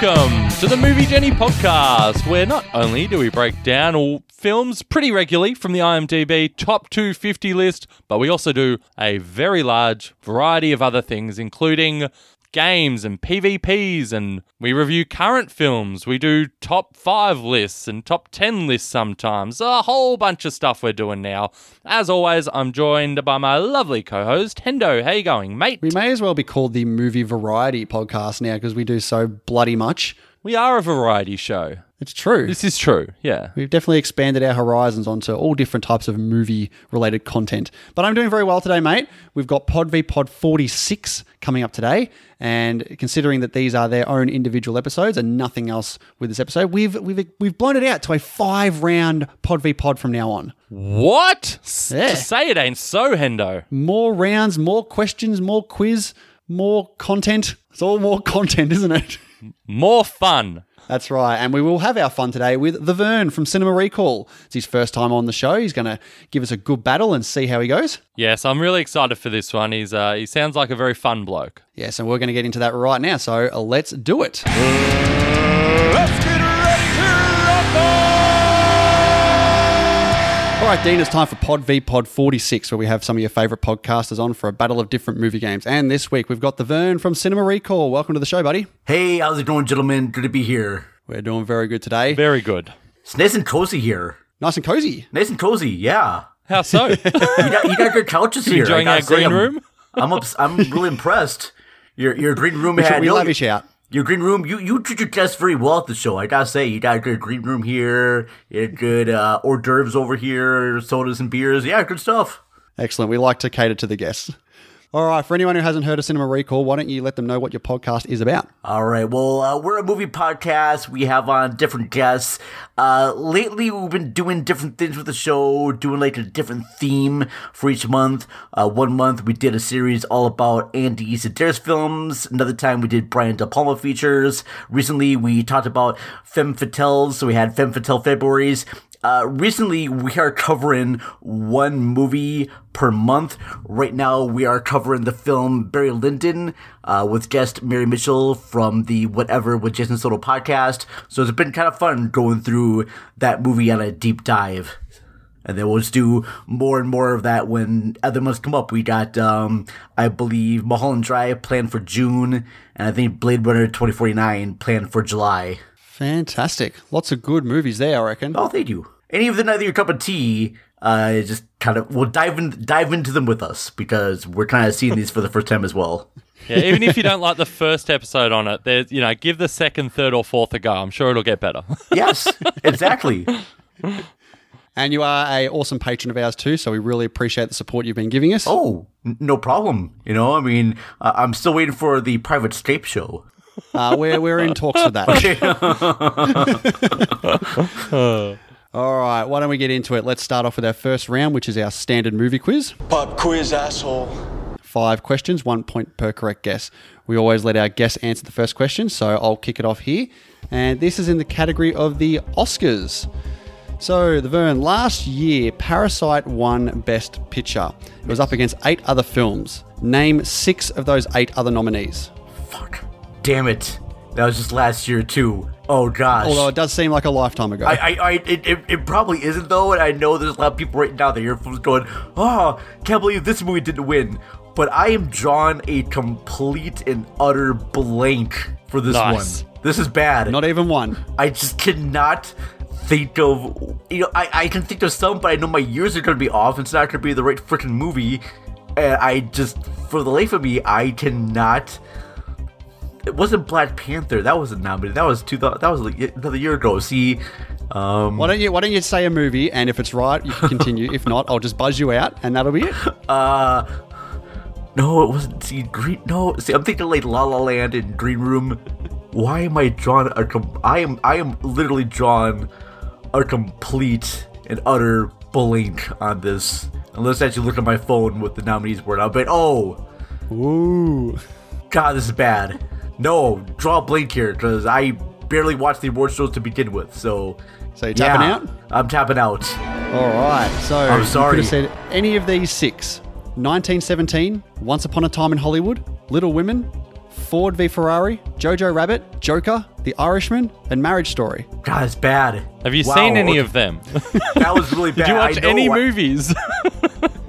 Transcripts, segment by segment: to the Movie Jenny podcast, where not only do we break down all films pretty regularly from the IMDb top 250 list, but we also do a very large variety of other things, including games and PvPs, and we review current films. We do top five lists and top 10 lists sometimes. A whole bunch of stuff we're doing now. As always, I'm joined by my lovely co host, Hendo. How you going, mate? We may as well be called the movie variety podcast now because we do so bloody much. We are a variety show. It's true. This is true, yeah. We've definitely expanded our horizons onto all different types of movie related content. But I'm doing very well today, mate. We've got Pod v Pod 46 coming up today. And considering that these are their own individual episodes and nothing else with this episode, we've we've, we've blown it out to a five round Pod v Pod from now on. What? S- Yeah. Say it ain't so, Hendo. More rounds, more questions, more quiz, more content. It's all more content, isn't it? More fun. That's right. And we will have our fun today with The Vern from Cinema Recall. It's his first time on the show. He's going to give us a good battle and see how he goes. Yes, I'm really excited for this one. He's uh, he sounds like a very fun bloke. Yes, and we're going to get into that right now. So uh, let's do it. Let's get All right, Dean, it's time for Pod v Pod 46, where we have some of your favourite podcasters on for a battle of different movie games. And this week, we've got The Vern from Cinema Recall. Welcome to the show, buddy. Hey, how's it going, gentlemen? Good to be here. We're doing very good today. Very good. It's nice and cozy here. Nice and cozy. Nice and cozy, yeah. How so? You got, you got good couches here. I enjoying gotta our say, green I'm- room? I'm ups- I'm really impressed. Your your green room We, had we no- lavish out. your green room. You you did your guests very well at the show. I gotta say, you got a good green room here. You had good uh, hors d'oeuvres over here, sodas and beers. Yeah, good stuff. Excellent. We like to cater to the guests. All right, for anyone who hasn't heard of Cinema Recall, why don't you let them know what your podcast is about? All right. Well, uh, we're a movie podcast. We have on different guests. Uh, lately, we've been doing different things with the show, doing like a different theme for each month. Uh, one month, we did a series all about Andy Sedaris films. Another time, we did Brian De Palma features. Recently, we talked about Femme Fatales. So we had Femme Fatale Februaries. Uh, recently, we are covering one movie per month. Right now, we are covering the film Barry Lyndon uh, with guest Mary Mitchell from the Whatever with Jason Soto podcast. So it's been kind of fun going through that movie on a deep dive. And then we'll just do more and more of that when other months come up. We got, um, I believe, Mulholland Drive planned for June, and I think Blade Runner 2049 planned for July. Fantastic. Lots of good movies there, I reckon. Oh, thank you. Any of the neither your cup of tea, uh, just kind of well dive in, dive into them with us because we're kind of seeing these for the first time as well. yeah, even if you don't like the first episode on it, there's you know, give the second, third, or fourth a go. I'm sure it'll get better. Yes, exactly. And you are a awesome patron of ours too, so we really appreciate the support you've been giving us. Oh, n- no problem. You know, I mean, uh, I'm still waiting for the private scape show. Uh, we're, we're in talks for that. All right, why don't we get into it? Let's start off with our first round, which is our standard movie quiz. Pop quiz, asshole. Five questions, one point per correct guess. We always let our guests answer the first question, so I'll kick it off here. And this is in the category of the Oscars. So, the Vern, last year, Parasite won Best Picture. It was up against eight other films. Name six of those eight other nominees. Fuck. Damn it. That was just last year too. Oh gosh. Although it does seem like a lifetime ago. I, I, I it, it, it probably isn't though, and I know there's a lot of people right now that are going, oh, can't believe this movie didn't win. But I am drawn a complete and utter blank for this Nice. one. This is bad. Not even one. I just cannot think of you know I, I can think of some but I know my years are gonna be off it's not gonna be the right freaking movie and I just for the life of me I cannot it wasn't Black Panther that wasn't nominated that was two thou- that was like another year ago see um Why don't you Why don't you say a movie, and if it's right, you can continue. if not, I'll just buzz you out, and that'll be it. no it wasn't see Green no see I'm thinking like La La Land and Green Room why am I drawn a com- I am I am literally drawn a complete and utter blank on this. Unless I actually look at my phone with the nominees word up, but oh, Ooh, god, this is bad. No, draw a blank here because I barely watched the award shows to begin with. So, So you're tapping out? I'm tapping out. all right. So I'm sorry. You could have said any of these six: 1917, Once Upon a Time in Hollywood, Little Women, Ford v Ferrari, Jojo Rabbit, Joker, The Irishman, and Marriage Story. God, it's bad. Have you Wow, seen any okay. of them? That was really bad. Did you watch I know, any I movies?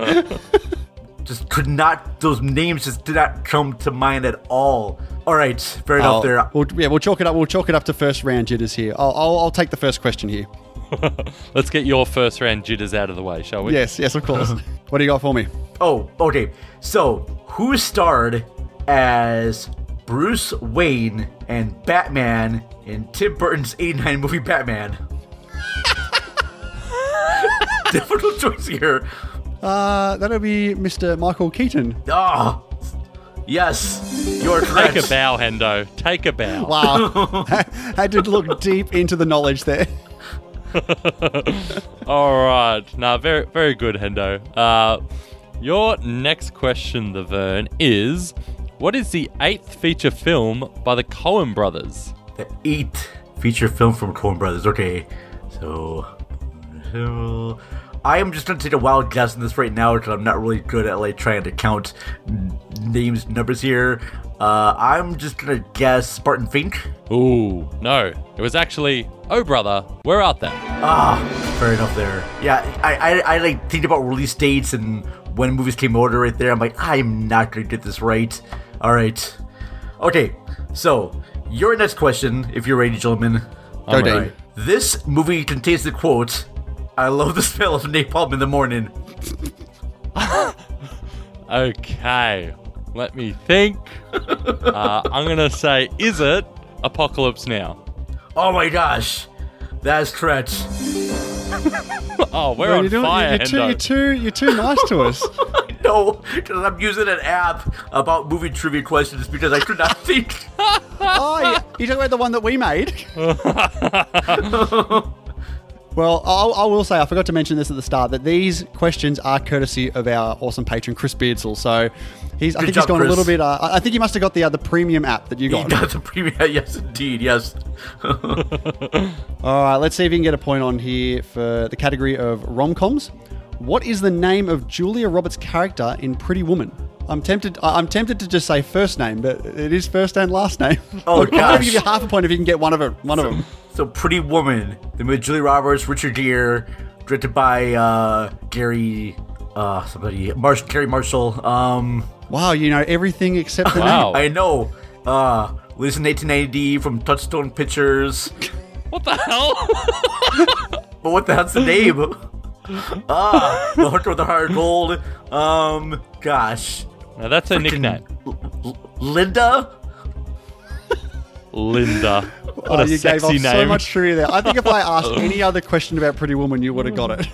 Just could not. Those names just did not come to mind at all. All right, fair I'll- enough. There. We'll, yeah, we'll chalk it up. We'll chalk it up to first round jitters here. I'll, I'll, I'll take the first question here. Let's get your first round jitters out of the way, shall we? Yes, yes, of course. what do you got for me? Oh, okay. So, who starred as Bruce Wayne and Batman in Tim Burton's '89 movie Batman? Difficult choice here. Uh, that'll be Mr. Michael Keaton. Oh, yes, you're correct. Take a bow, Hendo. Take a bow. Wow, I did look deep into the knowledge there. All right. Now, very, very good, Hendo. Uh, your next question, the Vern, is what is the eighth feature film by the Coen brothers? The eight feature film from Coen Brothers. Okay, so so- I am just gonna take a wild guess on this right now because I'm not really good at like trying to count n- names, numbers here. Uh, I'm just gonna guess Spartan Fink. Ooh, no. It was actually Oh Brother, Where Art Thou? Ah, fair enough there. Yeah, I, I I like think about release dates and when movies came out right there. I'm like, I'm not gonna get this right. All right, okay. So your next question, if you're ready, gentlemen. Go, Oh I'm Dave. ready. This movie contains the quote, I love the smell of napalm in the morning. Okay. Let me think. Uh, I'm going to say, is it Apocalypse Now? Oh my gosh. That's correct. Oh, we're Well, on you're, doing- fire, you're, too, Hendo. you're too, you're too nice to us. No, because I'm using an app about movie trivia questions because I could not think. Oh, yeah. you talking about the one that we made? well, I'll, I will say I forgot to mention this at the start that these questions are courtesy of our awesome patron Chris Beardsall. So he's, I think he's job, gone a Chris. little bit. Uh, I I think he must have got the uh, the premium app that you He got. does a premium. Yes, indeed. Yes. All right, let's see if you can get a point on here for the category of rom coms. What is the name of Julia Roberts' character in Pretty Woman? I'm tempted. I- I'm tempted to just say first name, but it is first and last name. Oh, I'll gosh. give you half a point if you can get one of them. One of them. So, Pretty Woman, the movie with Julie Roberts, Richard Gere, directed by uh, Gary, uh, somebody, Marsh, Gary Marshall. Um, Wow, you know everything except the name. Wow. I know. Uh, released in 1890 from Touchstone Pictures. What the hell? But what the hell's the name? ah, the hunter with the heart of gold. Um, gosh, now, that's a nickname. L- L- Linda. Linda. What Oh, a you gave off sexy so name. much trivia there. I think if I asked any other question about Pretty Woman, you would have got it.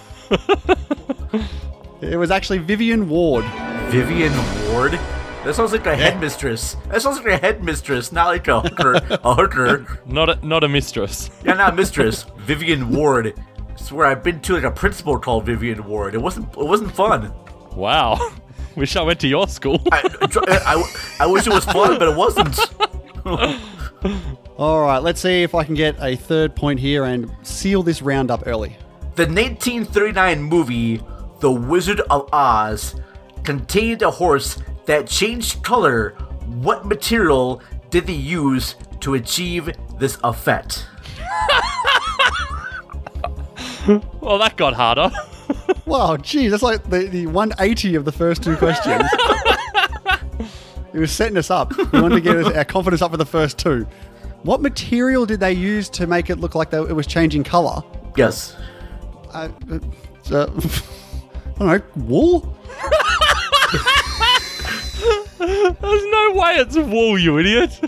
it was actually Vivian Ward. Vivian Ward. That sounds like a headmistress. That sounds like a headmistress, not like a hooker. a hooker. Not a, not a mistress. Yeah, not mistress. Vivian Ward. It's where I've been to like a principal called Vivian Ward. It wasn't. It wasn't fun. Wow. Wish I went to your school. I, I, I wish it was fun, but it wasn't. All right, let's see if I can get a third point here and seal this round up early. The 1939 movie The Wizard of Oz contained a horse that changed color. What material did they use to achieve this effect? Well, that got harder. Wow, geez, that's like the, the 180 of the first two questions. it was setting us up. We wanted to get us, our confidence up for the first two. What material did they use to make it look like they, it was changing colour? Yes. I, uh, uh, I don't know, wool? There's no way it's wool, you idiot.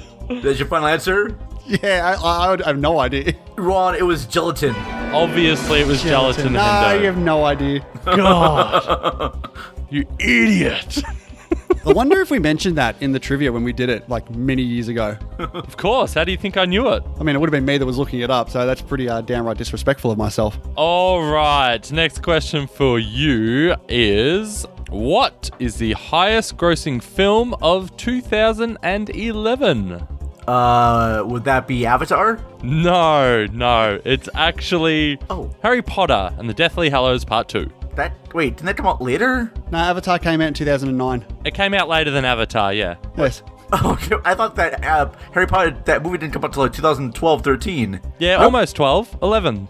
That's your final answer? Yeah, I, I, I would- I have no idea. Ron, it was gelatin. Obviously, it was gelatin. Nah, Hendo. you have no idea. God. you idiot. I wonder if we mentioned that in the trivia when we did it, like many years ago. Of course. How do you think I knew it? I mean, it would have been me that was looking it up, so that's pretty uh, downright disrespectful of myself. All right. Next question for you is What is the highest grossing film of 2011? Uh, would that be Avatar? No, no. It's actually Oh. Harry Potter and the Deathly Hallows Part 2. That wait, didn't that come out later? No, Avatar came out in 2009. It came out later than Avatar, yeah. Yes. Oh, okay. I thought that uh, Harry Potter that movie didn't come out till like 2012, 13. Yeah, almost 12. 11.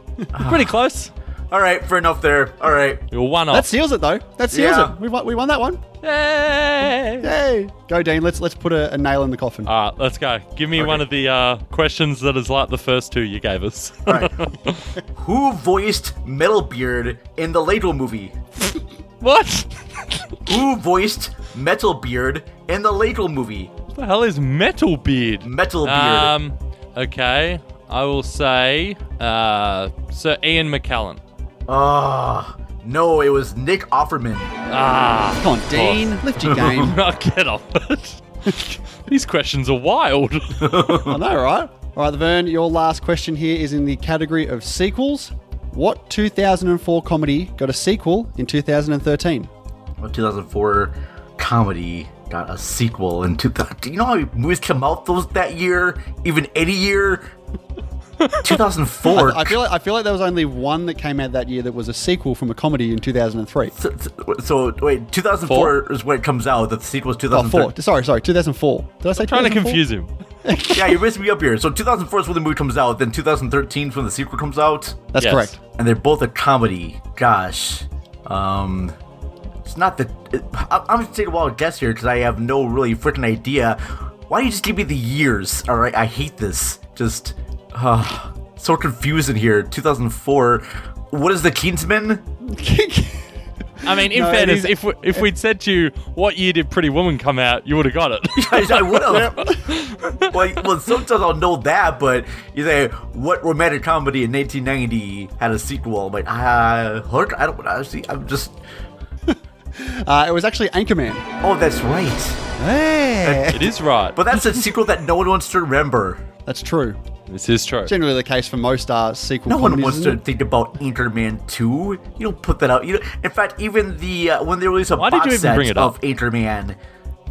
Pretty close. All right, fair enough there. All right. You're one off. That seals it though. That seals Yeah. it. We won, we won that one. Yay! Yay! Go Dean. Let's let's put a, a nail in the coffin. All right, let's go. Give me one of the uh, questions that is like the first two you gave us. All right. Who voiced Metalbeard in the Lego movie? what? Who voiced Metalbeard in the Lego movie? what the hell is metal beard? Metalbeard. Um, okay. I will say uh, Sir Ian McKellen. Ah, no, it was Nick Offerman. Ah, Come on, Dean. Lift your game. I'll get off it. These questions are wild. I know, right? All right, Vern. Your last question here is in the category of sequels. What 2004 comedy got a sequel in 2013? A 2004 comedy got a sequel in 2000. Do you know how many movies come out those that year? Even any year? 2004. I feel like I feel like there was only one that came out that year that was a sequel from a comedy in 2003. so, so, wait, 2004 is when it comes out. The sequel is Oh, four. 2004. Sorry, sorry, 2004. Did I say Trying to 2004? confuse him. yeah, you're missing me up here. So 2004 is when the movie comes out. Then 2013 is when the sequel comes out. That's Yes. correct. and they're both a comedy. Gosh, um, it's not the. It, I, I'm just taking a wild guess here because I have no really freaking idea. Why do you just give me the years? All right, I hate this. Just uh, so confusing here. 2004. What is the Kingsman? I mean, in No, it fairness, is- if we, if we'd said to you, "What year did Pretty Woman come out?" you would have got it. I, would have. like, well, sometimes I'll know that, but you say what romantic comedy in 1990 had a sequel? I'm like, ah, Hook. I don't. I see. I'm just. Uh, it was actually Anchorman. Oh, that's right. Hey, it is right. But that's a sequel that no one wants to remember. that's true. this is true. Generally, the case for most uh, sequel. No one comedies, wants to isn't think about Anchorman 2. You don't put that out. You don't, in fact, even the uh, when they released a Why did box you even set bring it of Anchorman,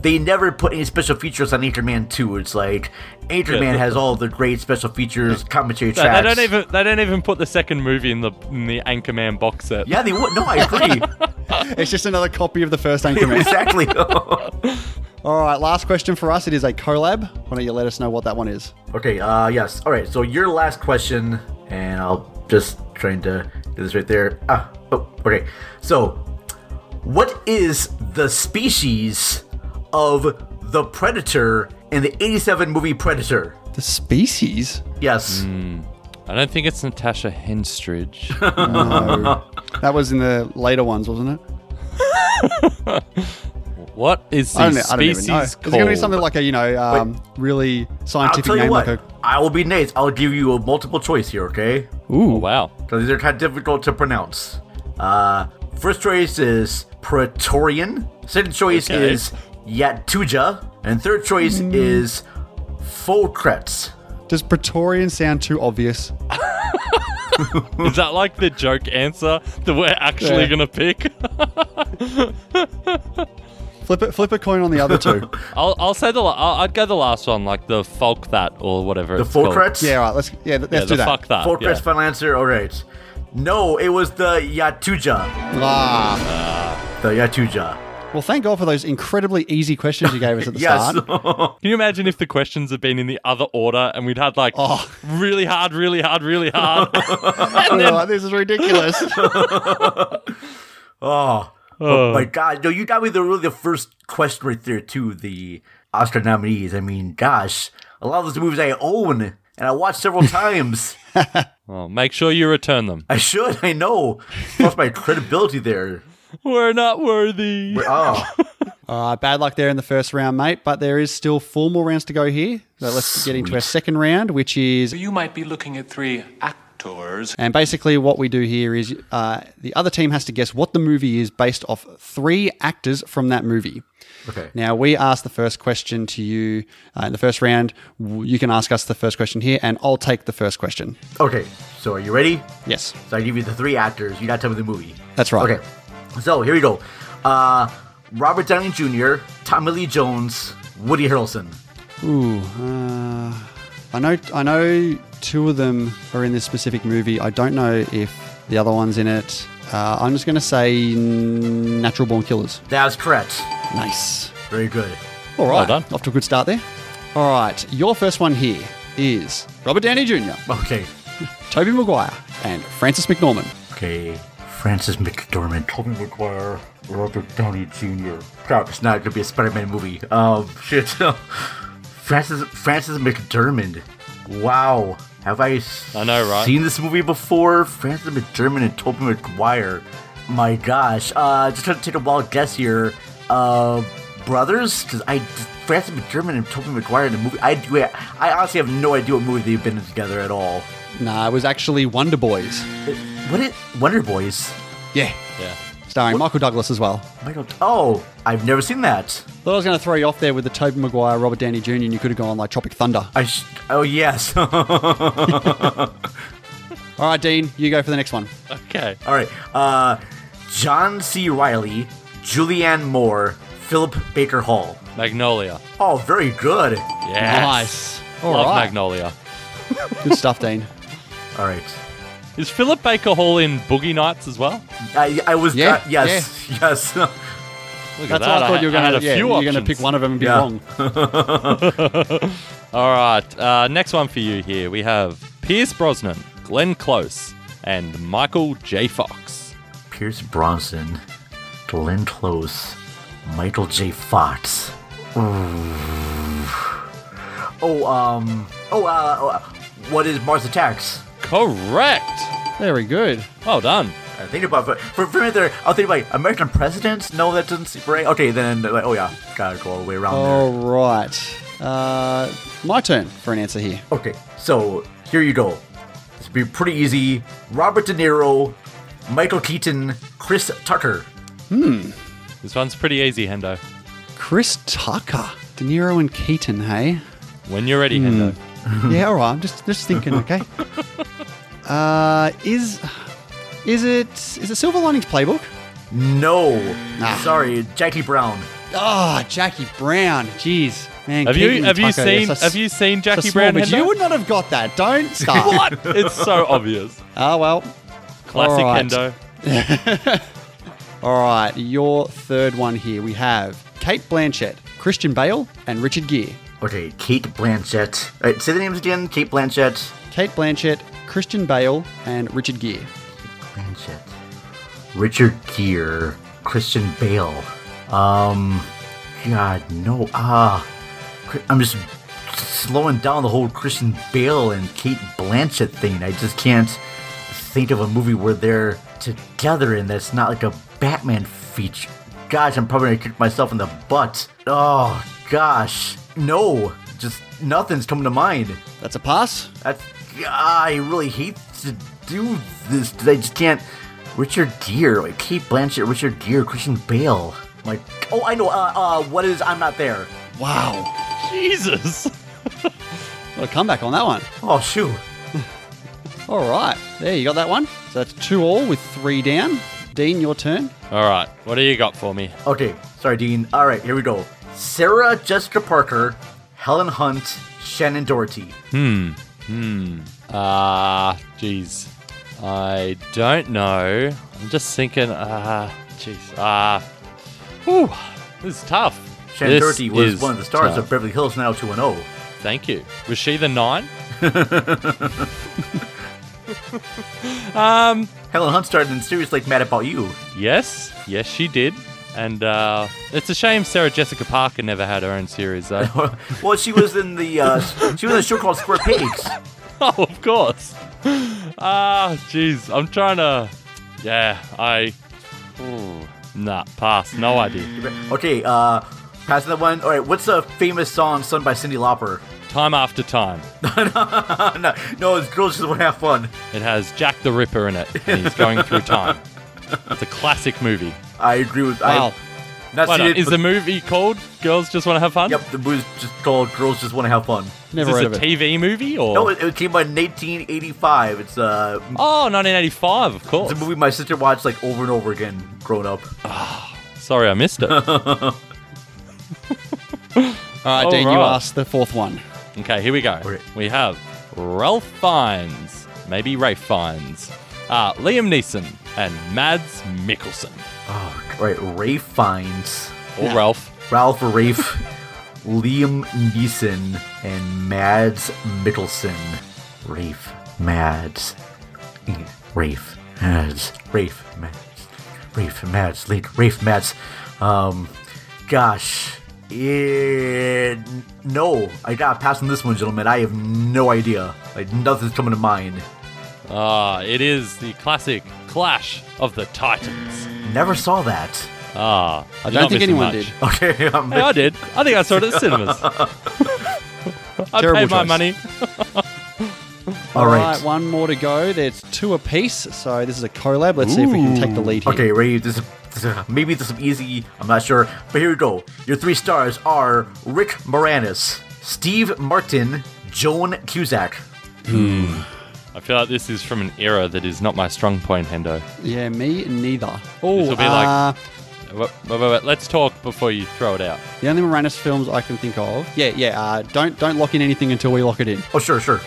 they never put any special features on Anchorman 2. It's like Anchorman Yeah. has all the great special features, commentary No, they tracks. don't even they don't even put the second movie in the in the Anchorman box set. Yeah, they would. No, I agree. it? It's just another copy of the first Anchorman. exactly. All right, last question for us. It is a collab. Why don't you let us know what that one is? okay. Uh, yes. All right. So your last question, and I'll just trying to do this right there. Ah. Oh. Okay. So What is the species of the predator in the 87 movie Predator? The species. Yes. I don't think it's Natasha Henstridge. That was in the later ones, wasn't it? what is I the don't, know, I don't even species know. It's called? going to be something like a you know um, really I'll scientific tell you name, what. like I will be nice. I'll give you a multiple choice here, a okay? ooh. Oh, wow. Because these are kind of difficult to pronounce. Uh, first choice is Praetorian. Second choice Okay. is Yatuja. And third choice Hmm. is Folkretz. Does Praetorian sound too obvious? Is that like the joke answer that we're actually Yeah. going to pick? Flip it, flip a coin on the other two. I'll, I'll say the la- I'll, I'd go the last one, like the folk that or whatever. The it's called. Folkretz? yeah, all right. Let's yeah, let's Yeah, do the that. fuck that. Folkretz, yeah. final answer. All right. No, it was the Yatuja. Ah. The Yatuja. Well, thank God for those incredibly easy questions you gave us at the Yes. Oh start. Can you imagine if the questions had been in the other order and we'd had like Oh. really hard, really hard, really hard? Oh, this is ridiculous. Oh, oh my God! No, you got me the really the first question right there too. The Oscar nominees. I mean, gosh, a lot of those movies I own and I watched several times. well, Oh, make sure you return them. I should. I know. Lost my credibility there. We're not worthy. Oh, All right, bad luck there in the first round, mate. But there is still four more rounds to go here. So let's get into our second round, which is You might be looking at three actors. And basically, what we do here is uh, the other team has to guess what the movie is based off three actors from that movie. okay. Now, we ask the first question to you uh, in the first round. W- You can ask us the first question here, and I'll take the first question. Okay. So, are you ready? Yes. So I give you the three actors. You gotta tell me the movie. That's right. Okay. So here we go. Uh, Robert Downey Jr., Tommy Lee Jones, Woody Harrelson. Ooh. Uh, I know. I know. Two of them are in this specific movie. I don't know if the other one's in it. Uh, I'm just going to say Natural Born Killers. That's correct. Nice. Very good. All right. done. Off to a good start there. All right. Your first one here is Robert Downey Jr., Okay. Toby Maguire, and Francis McNorman. Okay. Francis McDormand, Tobey Maguire, Robert Downey Jr. Crap, it's not gonna be a Spider-Man movie. Um, shit. Francis Francis McDormand. Wow. Have I, s- I know, right? seen this movie before? Francis McDormand and Tobey Maguire. My gosh. Uh, just gonna take a wild guess here. Uh, brothers? Because I Francis McDormand and Tobey Maguire in the movie. I do. I honestly have no idea what movie they've been in together at all. Nah, it was actually Wonder Boys. What it? Wonder Boys. Yeah. Yeah. Starring Michael Douglas as well. Michael. Oh, I've never seen that. Thought I was going to throw you off there with the Toby Maguire, Robert Downey Jr., and you could have gone like Tropic Thunder. I. Sh- oh yes. All All right, Dean, you go for the next one. Okay. right. Uh, John C. Riley, Julianne Moore, Philip Baker Hall. Magnolia. Oh, very good. Yes. Nice. All Love right. Magnolia. Good stuff, Dean. All right. Is Philip Baker Hall in Boogie Nights as well? I, I was. Yeah, uh, yes. Yes. Look That's what I thought you were had going a to. Yeah, few you were going to options. pick one of them and be Yeah. wrong. All right. Uh, next one for you here. We have Pierce Brosnan, Glenn Close, and Michael J. Fox. Pierce Bronson, Glenn Close, Michael J. Fox. Oh. Um. Oh. Uh. oh, What is Mars Attacks? Correct. Very good. Well done. I think about for for, for a minute there. I'll think about American presidents. No, that doesn't seem right. Okay, then like, oh yeah, gotta go all the way around All right. Uh, my turn for an answer here. there. Okay, so here you go. This will be pretty easy. Robert De Niro, Michael Keaton, Chris Tucker. This one's pretty easy, Hendo. Chris Tucker, De Niro and Keaton, hey? When you're ready, Hmm. Hendo. yeah, all right. I'm just just thinking, okay? Uh, is is it is it Silver Linings Playbook? No, Ah. sorry, Jackie Brown. Ah, Jackie Brown. Jeez, man. Have you Keaton have you Tucker, yes, seen that's- have you seen that's a Jackie small Brown? bit. Hendo? You would not have got that. Don't start. What? it's so obvious. Oh well. Classic All right. Hendo. All right, your third one here. We have Kate Blanchett, Christian Bale, and Richard Gere. Okay, Kate Blanchett. All right, say the names again. Kate Blanchett. Kate Blanchett, Christian Bale, and Richard Gere. Blanchett. Richard Gere, Christian Bale. Um, God, no. Ah, Cri- I'm just slowing down the whole Christian Bale and Kate Blanchett thing. I just can't think of a movie where they're together and that's not like a Batman feature. Gosh, I'm probably gonna kick myself in the butt. Oh, gosh. No, just nothing's coming to mind. That's a pass. That's, ah, I really hate to do this. 'cause I just can't. Richard Gere, like Kate Blanchett, Richard Gere, Christian Bale. Like, oh, I know. Uh, uh, what is? I'm not there. Wow. Jesus. What a comeback on that one. Oh shoot. All right. There, you got that one. So that's two all with three down. Dean, your turn. All right. What do you got for me? Okay, sorry, Dean. All right, here we go. Sarah Jessica Parker, Helen Hunt, Shannon Doherty. Ah, jeez. I don't know. I'm just thinking. Ah, jeez. Ah, whew, this is tough. Shannon This Doherty was is one of the stars tough. of Beverly Hills 90210. Thank you. Was she the nine? um. Helen Hunt started in series like Mad About You. Yes. Yes, she did. And uh, it's a shame Sarah Jessica Parker never had her own series, though. well, she was in the uh, she was in a show called Square Pigs. oh, of course. Ah, jeez. I'm trying to. Yeah, I. Ooh, nah, pass. No idea. Okay, uh, passing that one. All right, what's a famous song sung by Cindy Lauper? Time after time. no, no, it's girls just want to have fun. It has Jack the Ripper in it, and he's going through time. It's a classic movie. I agree with. Wow. I, not Why seen not? it, Is but- the movie called Girls Just Want to Have Fun? Yep, the movie's just called "Girls Just Want to Have Fun." Is Never this heard a of it. TV movie or? No, it, it came out in 1985. It's uh, oh, 1985, of it's course. a movie my sister watched like over and over again growing up. Sorry, I missed it. All right, All Uh, Dean, you right. asked the fourth one. Okay, here we go. Okay. We have Ralph Fiennes, maybe Rafe Fiennes, uh, Liam Neeson, and Mads Mikkelsen. Oh, all right, Rafe finds Or Ralph. Ralph or Rafe. Liam Neeson, and Mads Mikkelsen. Rafe Mads. Rafe Mads. Rafe Mads. Rafe Mads. Link. Rafe Mads. Um, gosh. Eh, no, I got to pass on this one, gentlemen. I have no idea. Like, nothing's coming to mind. Ah, it is the classic Clash of the Titans. Never saw that. Ah, I don't think anyone did. Okay, I'm Hey, I did. I think I saw it at the cinemas. I Terrible paid my choice. money. all All right. right, one more to go. There's two apiece, so this is a collab. Let's see if we can take the lead here. Okay, ready? This is, this is- maybe this is easy. I'm not sure, but here we go. Your three stars are Rick Moranis, Steve Martin, Joan Cusack. I feel like this is from an era that is not my strong point, Hendo. Yeah, me neither. Oh, will be uh, like- Wait, wait, wait, wait. Let's talk before you throw it out. the only Moranis films I can think of. Yeah, yeah. Uh, don't don't lock in anything until we lock it in. Oh, sure, sure.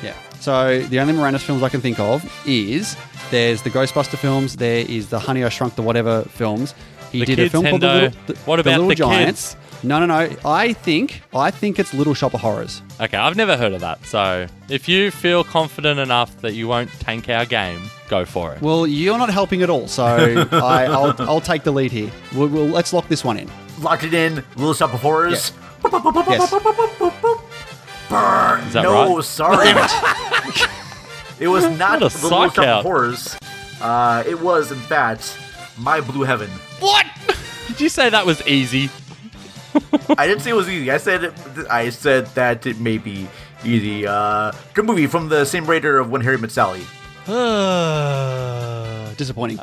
Yeah. So the only Moranis films I can think of is there's the Ghostbuster films. There is the Honey I Shrunk the Whatever films. He The did kids, a film Hendo. called The Little, the, What about Little the Giants. No, no, no. I think I think it's Little Shop of Horrors. Okay, I've never heard of that. So if you feel confident enough that you won't tank our game, go for it. Well, you're not helping at all, so I, I'll, I'll take the lead here. We'll, we'll, let's lock this one in. Locked it in. Little Shop of Horrors. Yes. Is that no, right? sorry. it was not What a the Little sock Shop out. of Horrors. Uh, it was, in fact, My Blue Heaven. What? Did you say that was easy? I didn't say it was easy. I said it, I said that it may be easy. Uh, good movie from the same writer of When Harry Met Sally. Disappointing.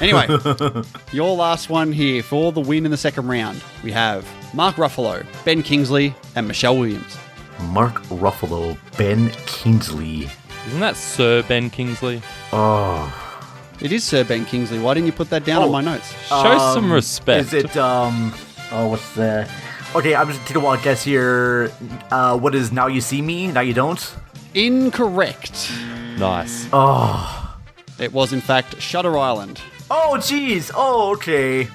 Anyway, your last one here for the win in the second round. We have Mark Ruffalo, Ben Kingsley, and Michelle Williams. Mark Ruffalo, Ben Kingsley. Isn't that Sir Ben Kingsley? It is Sir Ben Kingsley. Why didn't you put that down on Oh. my notes? Show Um, some respect. Is it um? Oh, what's the? Okay, I'm just gonna take a wild guess here. Uh, what is now you see me, now you don't? Incorrect. nice? It was in fact Shutter Island. Oh, jeez. Oh, okay.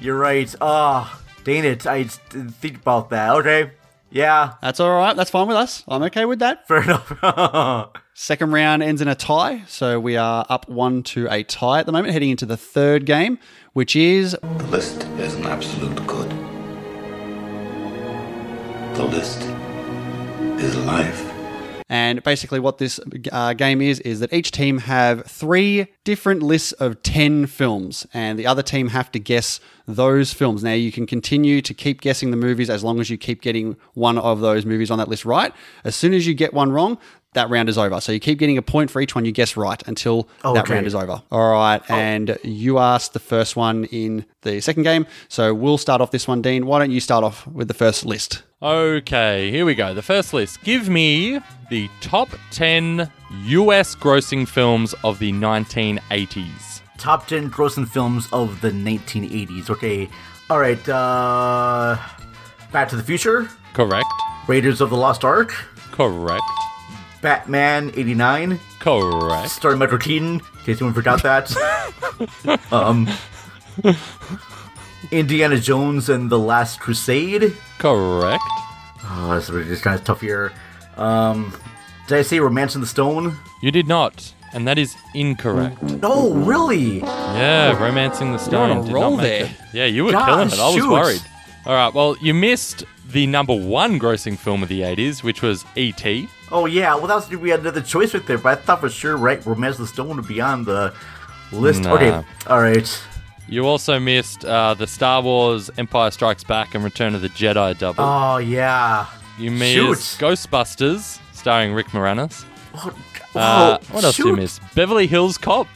You're right. Ah, dang it. I just didn't think about that. Okay. Yeah. That's all right. That's fine with us. I'm okay with that. Fair enough. Second round ends in a tie, so we are up one to a tie at the moment, heading into the third game, which is The list is an absolute good. The list is life. And basically, what this uh, game is is that each team have three different lists of ten films, and the other team have to guess those films. Now, you can continue to keep guessing the movies as long as you keep getting one of those movies on that list right. As soon as you get one wrong, that round is over. So you keep getting a point for each one you guess right until that Oh, Okay. Oh. round is over. All right, and you asked the first one in the second game, so we'll start off this one, Dean. Why don't you start off with the first list? Okay, here we go. The first list. Give me the top 10 US grossing films of the 1980s. Top 10 grossing films of the 1980s. Okay. All right. Uh, Back to the Future, Correct. Raiders of the Lost Ark, Correct. Batman 89, Correct. starring Michael Keaton, in case anyone forgot that. um, Indiana Jones and the Last Crusade. Correct. Oh, this is kind of tough here. Um, did I say Romance in the Stone? You did not. And that is incorrect. No, really? Yeah, Romancing the Stone. on a did roll not make there. it. Yeah, you were Gosh, killing it. I was shoot. worried. All right, well, you missed the number one grossing film of the 80s, which was E E.T. Oh, yeah. Well, that's we had another choice right there, but I thought for sure, right, Romance in the Stone would be on the list. Nah. Okay, all right. You also missed uh, the Star Wars Empire Strikes Back and Return of the Jedi double. Oh, yeah. You missed Shoot. Ghostbusters, starring Rick Moranis. Oh, Uh, oh, what else did you shoot. miss? Beverly Hills Cop.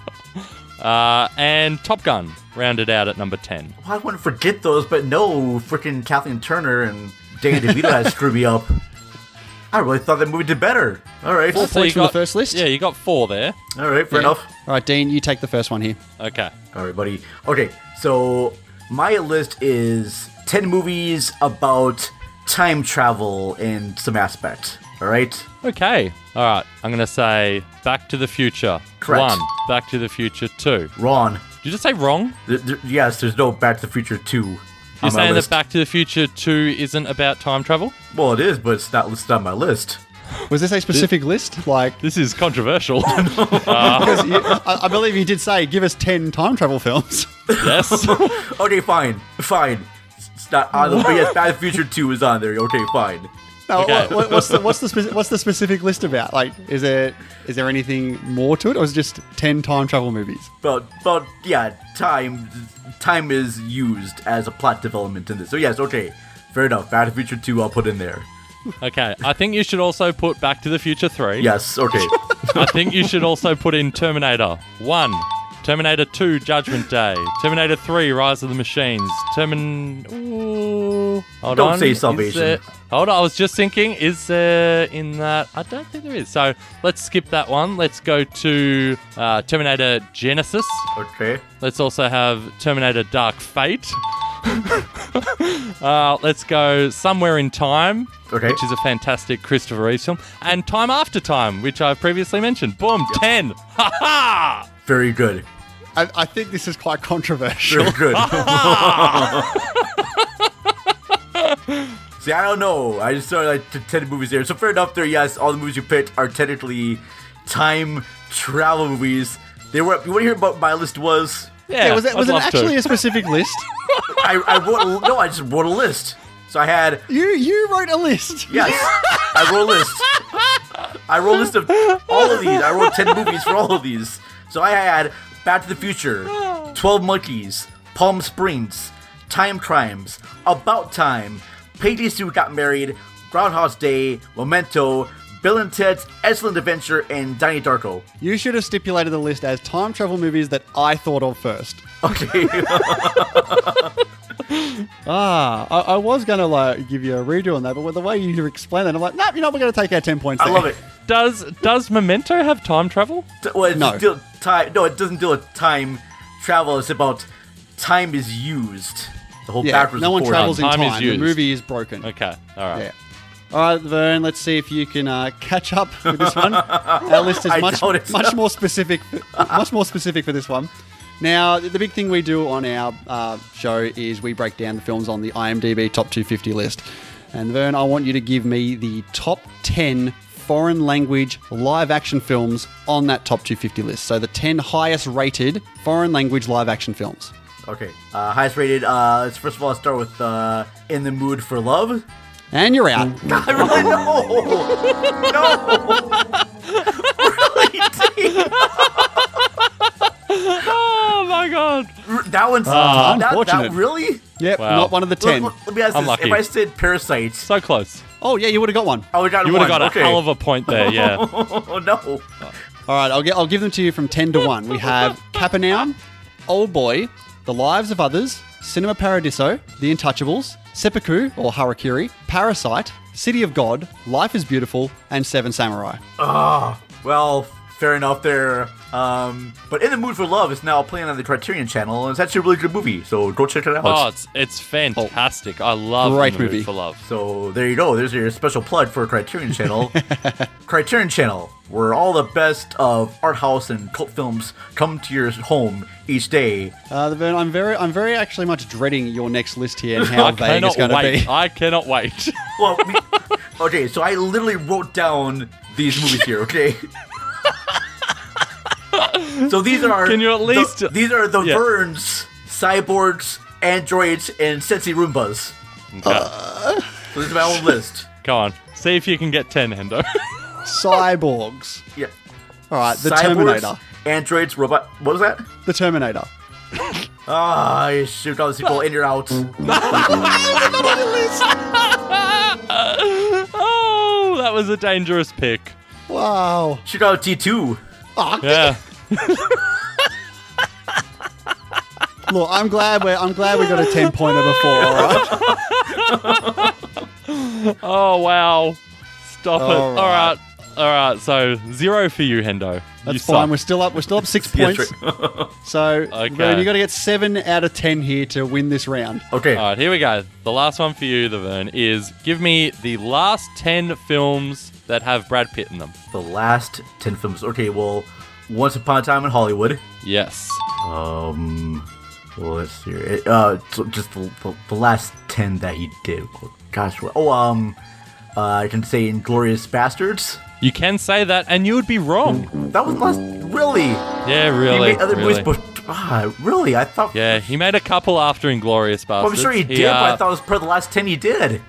uh, and Top Gun, rounded out at number 10. Well, I wouldn't forget those, but no, freaking Kathleen Turner and Danny DeVito had screwed me up. I really thought that movie did better. All right, all points from the first list? Yeah, you got four there. right, fair enough. All right, Dean, you take the first one here. Okay. All right, buddy. Okay, so my list is 10 movies about time travel in some aspect. All right? Okay. All right. I'm going to say Back to the Future. Correct. One. Back to the Future. Two. Ron. Did you just say wrong? Th- th- yes, there's no Back to the Future 2. You're on my saying that list. Back to the Future 2 isn't about time travel? Well, it is, but it's not listed on my list. Was this a specific list? Like, This is controversial. because you, I, I believe you did say, give us 10 time travel films. yes. Okay, fine, fine. It's- It's not on the. But yes, Back to the Future Two is on there. Okay, fine. No, Okay. what- what, what's the what's the speci- what's the specific list about? Like, is there is there anything more to it, or is it just ten time travel movies? But but yeah, time time is used as a plot development in this. So yes, okay, fair enough. Back to the Future Two, I'll put in there. Okay. I think you should also put Back to the Future 3. Yes, okay. I think you should also put in Terminator 1, Terminator 2, Judgment Day, Terminator 3, Rise of the Machines, Termin. Ooh. Hold Don't on. say is Salvation. there- Hold on. I was just thinking, is there in that? I don't think there is. So let's skip that one. Let's go to uh, Terminator Genesis. okay. Let's also have Terminator Dark Fate. uh, let's go Somewhere in Time, Okay. which is a fantastic Christopher Reeve film, and Time After Time, which I've previously mentioned. Boom, 10. Ha ha! Very good. I, I think this is quite controversial. Very good. See, I don't know. I just saw like t- ten movies there. So fair enough. There, yes, all the movies you picked are technically time travel movies. They were. You want to hear what my list was? Yeah, was that I'd was it love to. actually a specific list? I, I wrote. no, I just wrote a list. So I had You you wrote a list. Yes, I roll a list. I roll a list of all of these. I rolled ten movies for all of these. So I had Back to the Future, Twelve Monkeys, Palm Springs, Time Crimes, About Time, Peggy Sue Got Married, Groundhog Day, Memento, Bill and Ted's Excellent Adventure, and Donnie Darko. You should have stipulated the list as time travel movies that I thought of first. Okay, Ah, I, I was gonna like give you a redo on that, but with the way you explained that, I'm like, nope, you know, we're gonna take our ten points. I there. love it. Does, does Memento have time travel? T- Well, it No. no. Deal, time, no, it doesn't deal with time travel. It's about time is used. The whole Yeah, backwards no and one forwards. travels in Time time. is the used. movie is broken. Okay, all right. Yeah. All right, Vern. Let's see if you can uh, catch up with this one. Our list is I much doubt it. much more specific, much more specific for this one. Now, the the big thing we do on our uh, show is we break down the films on the IMDb top 250 list. And Vern, I want you to give me the top 10 foreign language live action films on that top 250 list. So the 10 highest rated foreign language live action films. Okay. Uh, highest rated. Uh, let's first of all start with uh, "In the Mood for Love." And you're out. I really no, no. really, Dave? Oh my god. that one's Uh, that- that, unfortunate. really. Yep, Wow. not one of the 10. Let, let me ask this: Unlucky. If I said "Parasite," So close. Oh, yeah, you would have got one. I would got You would have got a hell of a point there, yeah. Oh no! All right, I'll get I'll give them to you from ten to one. We have Capernaum, Old Boy, The Lives of Others, Cinema Paradiso, The Untouchables, Seppuku or Harakiri, Parasite, City of God, Life is Beautiful, and Seven Samurai. Well, fair enough there. Um, but "In the Mood for Love" is now playing on the Criterion Channel, and it's actually a really good movie. So go check it out. Oh, it's, it's fantastic. I love Great the Mood movie. for Love. So there you go. There's your special plug for Criterion Channel. Criterion Channel, where all the best of art house and cult films come to your home each day. Uh, Vern, I'm very I'm very actually much dreading your next list here and how I vague cannot it's going to wait. be. I cannot wait. Well, we, okay, so I literally wrote down these movies here. Okay. so these are Can you at the- least- these are the Yeah. Verns, cyborgs, androids, and Sensi Roombas. So this is my own list. Go on. See if you can get 10, Hendo. Cyborgs. Yeah. All right, the Cyborgs, Terminator. Androids, robot. What was that? The Terminator. Ah, you shoot all these people in or out. oh, that was a dangerous pick. Wow. Shoot out T2. Yeah. Look, I'm glad we I'm glad we got a ten pointer before. All right. Oh, wow. Stop it. All All right. right. All right. So, zero for you, Hendo. you That's fine. suck. We're still up. We're still up six Yeah, points. So Okay. Vern, you got to get seven out of ten here to win this round. Okay. All right, here we go. The last one for you, The Vern, is give me the last 10 films that have Brad Pitt in them. The last 10 films. Okay, well, Once Upon a Time in Hollywood. Yes. Um, Well, let's hear it. Uh, so just the, the, the last ten that he did. Gosh, what? Oh, um, uh, I can say Inglorious Bastards. You can say that, and you would be wrong. That was last. Really? Yeah, He really. made other really. movies, but ah, really, I thought. Yeah, he made a couple after Inglorious Well, Bastards. uh, I'm sure he, did, but I thought it was per the last ten he did.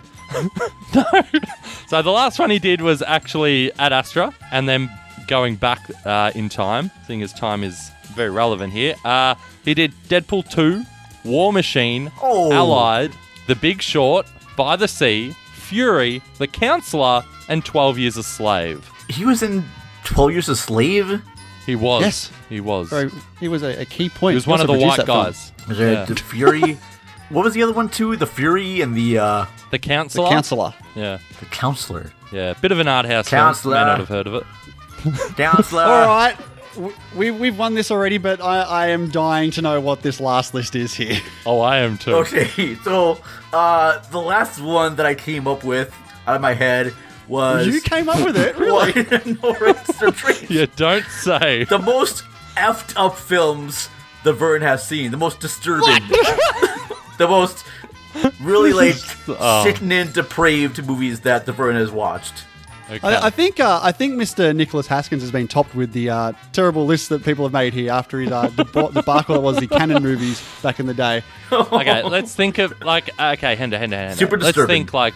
So the last one he did was actually at Astra, and then going back uh, in time, seeing as time is very relevant here. Uh, he did Deadpool 2, War Machine, Oh. Allied, The Big Short, By the Sea, Fury, The Counselor, and 12 Years a Slave. He was in Twelve Years a Slave. He was. Yes. He was. Very, he was a, a key point. He was one of also the produced white that film. guys. Was there Yeah. the Fury? what was the other one too? The Fury and the uh, The The Counselor. counselor. Yeah. the Counselor. Yeah. Bit of an art house film. Counselor. May not have heard of it. Counselor. All right. W- We, we've won this already, but I, I am dying to know what this last list is here. Oh, I am too. Okay, so uh, the last one that I came up with out of my head was You came up with it, really? no register trees. You don't say. The most effed up films the Vern has seen. The most disturbing. the most really like uh, Oh. sickening, depraved movies that the Vern has watched. Okay. I, I think uh, I think Mr. Nicholas Haskins has been topped with the uh, terrible list that people have made here after his uh, deba- debacle that was the canon movies back in the day. okay, let's think of like okay, Henda, Henda, Henda. Super let's disturbing. think like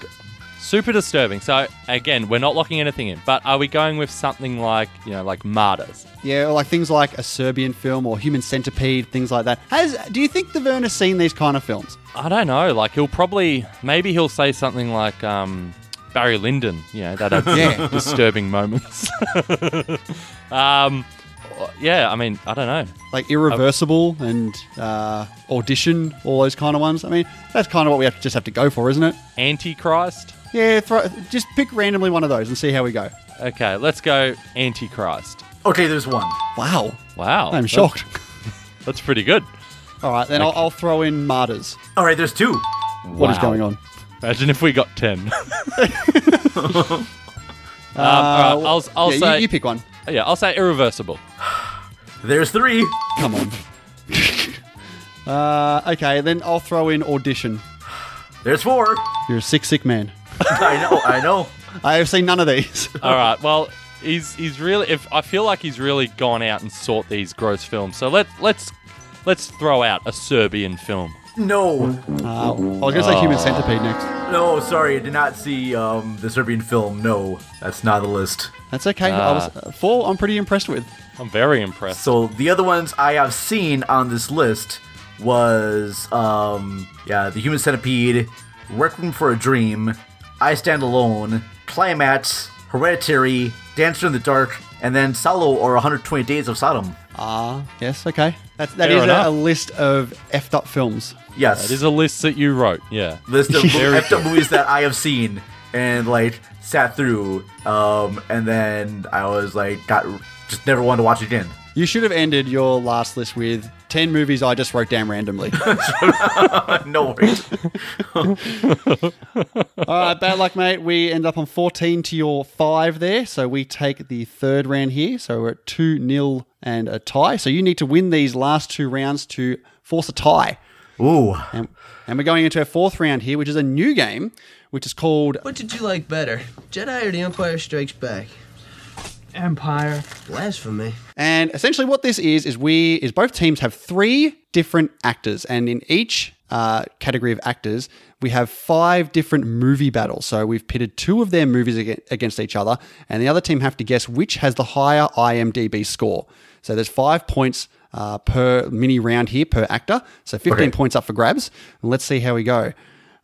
super disturbing. So again, we're not locking anything in, but are we going with something like you know like martyrs? Yeah, or like things like a Serbian film or Human Centipede, things like that. Has do you think the Vern has seen these kind of films? I don't know. Like he'll probably maybe he'll say something like um, Barry Lyndon. You know that had Yeah. disturbing moments. um, yeah, I mean I don't know. Like Irreversible and uh, Audition, all those kind of ones. I mean, that's kind of what we have just have to go for, isn't it? Antichrist. Yeah, throw, just pick randomly one of those and see how we go. Okay, let's go Antichrist. Okay, there's one. Wow, Wow, I'm that- shocked. That's pretty good. all right, then I'll, I'll throw in Martyrs. All right, there's two. What is Wow. going on? Imagine if we got ten. um, Uh, all right, I'll, I'll yeah, you- say you, pick one. yeah. I'll say irreversible. There's three. Come on. uh, okay, then I'll throw in audition. There's four. You're a sick, sick man. I know. I know. I have seen none of these. Uh, All right. Well, he's he's really. If I feel like he's really gone out and sought these gross films. So let let's let's throw out a Serbian film. No. Uh, I was going to say Human Centipede next. No, sorry, I did not see um, the Serbian film. No, that's not on the list. That's okay. I was Ah. uh, four. I'm pretty impressed with. I'm very impressed. So the other ones I have seen on this list was um, yeah, The Human Centipede, Requiem for a Dream, I Stand Alone, Climax, Hereditary, Dancer in the Dark, and then Solo or 120 Days of Sodom. Ah, yes, okay. That's, that Fair is a, enough. a list of effed up films. Yes, That is a list that you wrote. Yeah. list of mo- Very effed up movies that I have seen and like sat through, um, and then I was like, got just never wanted to watch it again. You should have ended your last list with ten movies I just wrote down randomly. no worries. All right, bad luck, mate. We end up on 14 to your five there. So we take the third round here. So we're at 2 nil and a tie. So you need to win these last two rounds to force a tie. Ooh. And, and we're going into our fourth round here, which is a new game, which is called What did you like better, Jedi or The Empire Strikes Back? Empire. Blasphemy. And essentially, what this is is we is both teams have three different actors, and in each uh, category of actors, we have five different movie battles. So we've pitted two of their movies aga- against each other, and the other team have to guess which has the higher IMDb score. So there's five points. Uh, per mini round here per actor, so 15 points up for grabs. Let's see how we go.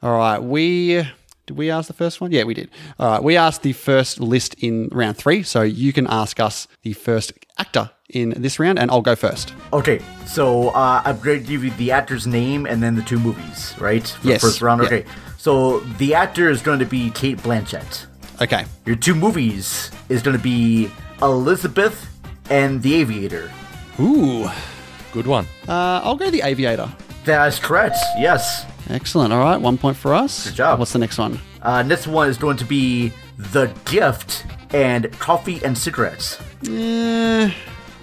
All right, we did we ask the first one? Yeah, we did. All right, we asked the first list in round three, so you can ask us the first actor in this round, and I'll go first. Okay, so uh, I'm going to give you the actor's name and then the two movies, right? For the Yes, first round. yeah. Okay, so the actor is going to be Kate Blanchett. Okay. Your two movies is going to be Elizabeth and The Aviator. Ooh. Uh, Good one. I'll go the Aviator. That's correct. Yes. Excellent. All right, one point for us. Good job. What's the next one? Uh, next one is going to be The Gift and Coffee and Cigarettes. Uh,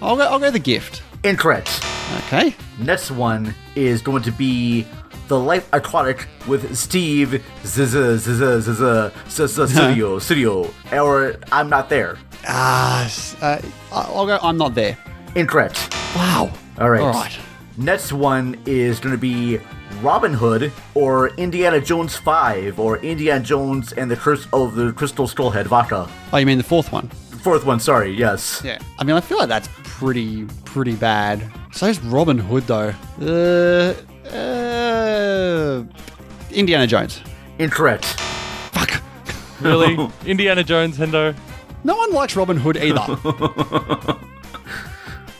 I'll go. I'll go the Gift. Incorrect. Okay. Next one is going to be The Life Aquatic with Steve Zizza Zizza Zizza Zizza Studio Studio. Or I'm not there. Ah, s- uh, I- I'll go. I'm not there. Incorrect. Wow. All right. All right. Next one is going to be Robin Hood or Indiana Jones 5 or Indiana Jones and the Curse of the Crystal Skullhead Vodka. Oh, you mean the fourth one? Fourth one, sorry, yes. Yeah. I mean, I feel like that's pretty, pretty bad. So is Robin Hood though. Uh, uh, Indiana Jones. Incorrect. Fuck. Really? Indiana Jones, Hendo? No one likes Robin Hood either.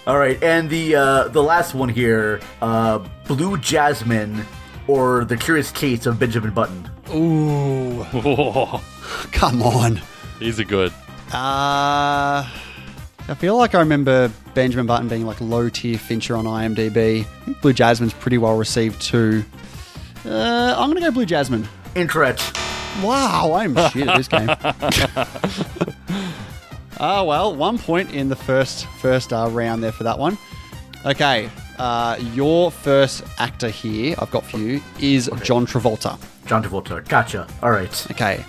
All right, and the uh, the last one here, uh, Blue Jasmine or The Curious Case of Benjamin Button. Ooh. Come on. These are good. Uh, I feel like I remember Benjamin Button being like low tier Fincher on IMDb. I think Blue Jasmine's pretty well received too. Uh, I'm gonna go Blue Jasmine. Incorrect. Wow, I'm shit at this game. Ah, well, one point in the first first uh, round there for that one. Okay, uh, your first actor here I've got for you is John Travolta. John Travolta. Gotcha. All right. Okay,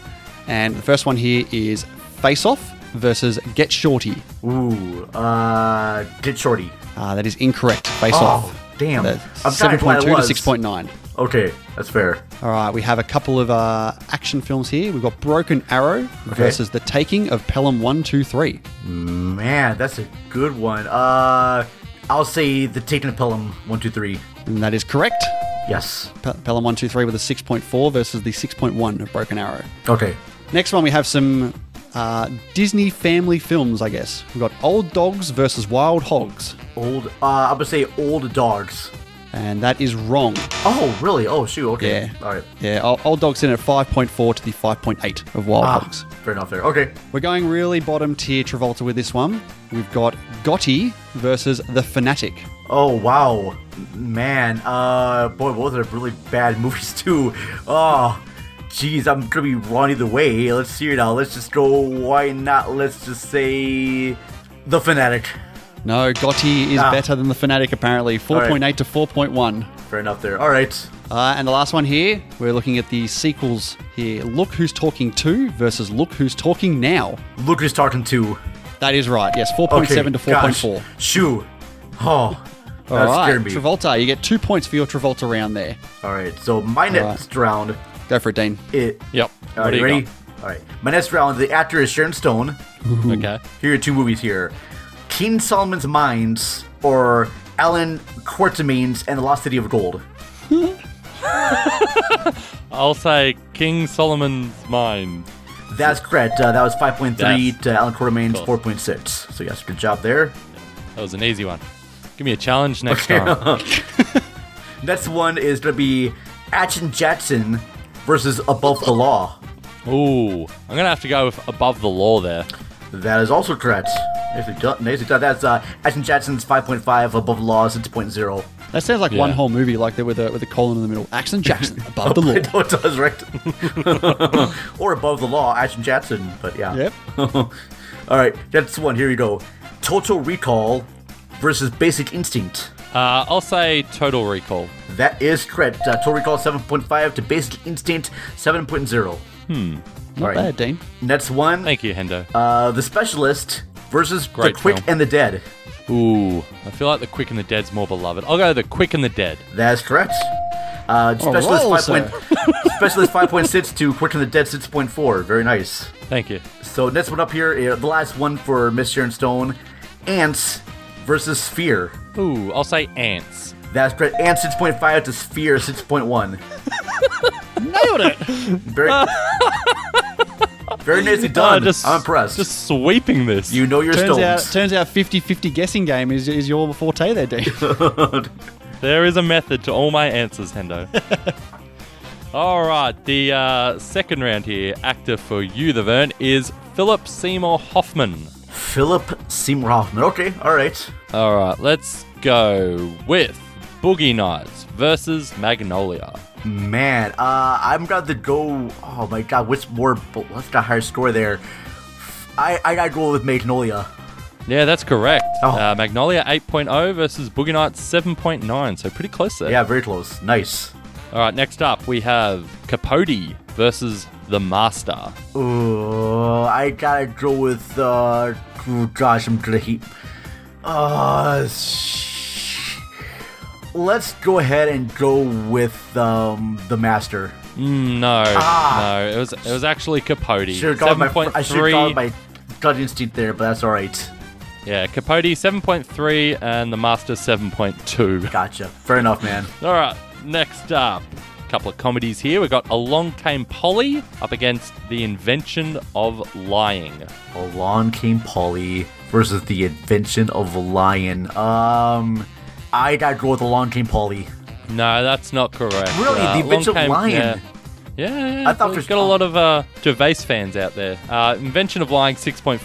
and the first one here is Face Off versus Get Shorty. Ooh. Uh, get shorty. Uh, that is incorrect. Face Oh, off. damn. I'm sorry, Seven I thought point it two to was. six point nine. Okay, that's fair. All right, we have a couple of uh, action films here. We've got Broken Arrow versus The Taking of Pelham One Two Three. Man, that's a good one. Uh, I'll say the Taken of Pelham one two three. And that is correct. Yes. Pe- Pelham One Two Three with a six point four versus the six point one of Broken Arrow. Okay. Next one, we have some uh, Disney family films. I guess we've got Old Dogs versus Wild Hogs, Old. Uh, I'm gonna say old dogs. and that is wrong. Oh, really? Oh, shoot. Okay. Yeah. All right. Yeah, Old- Old Dogs in at five point four to the five point eight of Wild Ah, Hogs. fair enough. There. Okay. We're going really bottom tier Travolta with this one. We've got Gotti versus The Fanatic. Oh wow, man. Uh, boy, both are really bad movies too. Oh, jeez, I'm gonna be wrong either way. Let's see it now. Let's just go. Why not? Let's just say the fanatic. No, Gotti is Ah. better than The Fanatic apparently, 4.8 to 4.1. Fair enough. There. All right. Uh, and the last one here, we're looking at the sequels here. Look Who's Talking To versus Look Who's Talking Now. Luke is talking to. That is right, yes, 4.7 Okay. to gosh. 4.4. Shoo. Oh, that All right, scared me. Travolta, you get two points for your Travolta round there. All right. So my next round, Go for it, Dean. it. Yep. All What right. do You you ready? All right. My next round, the actor is Sharon Stone. got? Okay. Here are two movies here King Solomon's Mines or Alan Quartermain's and the Lost City of Gold. I'll say King Solomon's Mine. That's correct. Uh, that was 5.3 That's to Alan Quartermain's cool. 4.6. So, yes, good job there. That was an easy one. Give me a challenge next time. Next one is going to be Action Jackson versus Above the Law. Ooh, I'm gonna have to go with above the law there. That is also correct. Nicely done. Nicely done. That's uh, Action Jackson's 5.5, Above the Law 6.0. That sounds like one Yeah. whole movie, like there with a, with a colon in the middle. Axon Jackson, above the law. I know it does, right? or Above the Law, Action Jackson. But yeah. Yep. All right, that's one. Here we go. Total Recall versus Basic Instinct. Uh, I'll say Total Recall. That is correct. Uh, Total Recall 7.5 to Basic Instinct 7.0. Not All right. bad, Dean. Next one, Thank you, Hendo. uh, The Specialist versus Great The Quick film. and the Dead. Ooh, I feel like The Quick and the Dead's more beloved. I'll go The Quick and the Dead. That is correct. Uh, Oh, Specialist, roll, 5 Specialist 5.6 to Quick and the Dead 6.4. Very nice. Thank you. So next one up here, uh, the last one for Miss Sharon Stone, Ants versus Sphere. Ooh, I'll say Ants. That's correct. Ants 6.5 to Sphere 6.1. Nailed it! Very, very nicely Oh, done. I'm impressed. Just sweeping this. you know your Uh, Turns stones. out, turns out 50-50 guessing game is, is your forte there, Dean. There is a method to all my answers, Hendo. all right, the uh, second round here, actor for you, the Vern, is Philip Seymour Hoffman. Philip Seymour Hoffman. Okay, all right. All right, let's go with Boogie Nights versus Magnolia. Man, uh, I'm going to go. Oh my god, what's more? What's the higher score there? I, I gotta go with Magnolia. Yeah, that's correct. Oh. Uh, Magnolia 8.0 versus Boogie Nights 7.9, so pretty close there. Yeah, very close. Nice. All right, next up we have Capote versus The Master. Uh, I gotta go with uh, Josh. I'm gonna heat. Uh, sh- let's go ahead and go with um, the master. Mm, No, no, it was it was actually Capote. Should've gone with my. I Ah. should have gone 7.3. with my gut instinct there, but that's all right. yeah, Capote 7.3 and The Master 7.2. Gotcha. Fair enough, man. All right, next up, a couple of comedies here. We got Along Came Polly up against The Invention of Lying. Along came Polly versus the invention of a lion. Um, I gotta go with Along came Polly. No, that's not correct. Really? The Along Invention of Came- Lying? Yeah. Yeah, yeah, I thought we've for- got a lot of uh, Gervais fans out there. Uh, Invention of Lying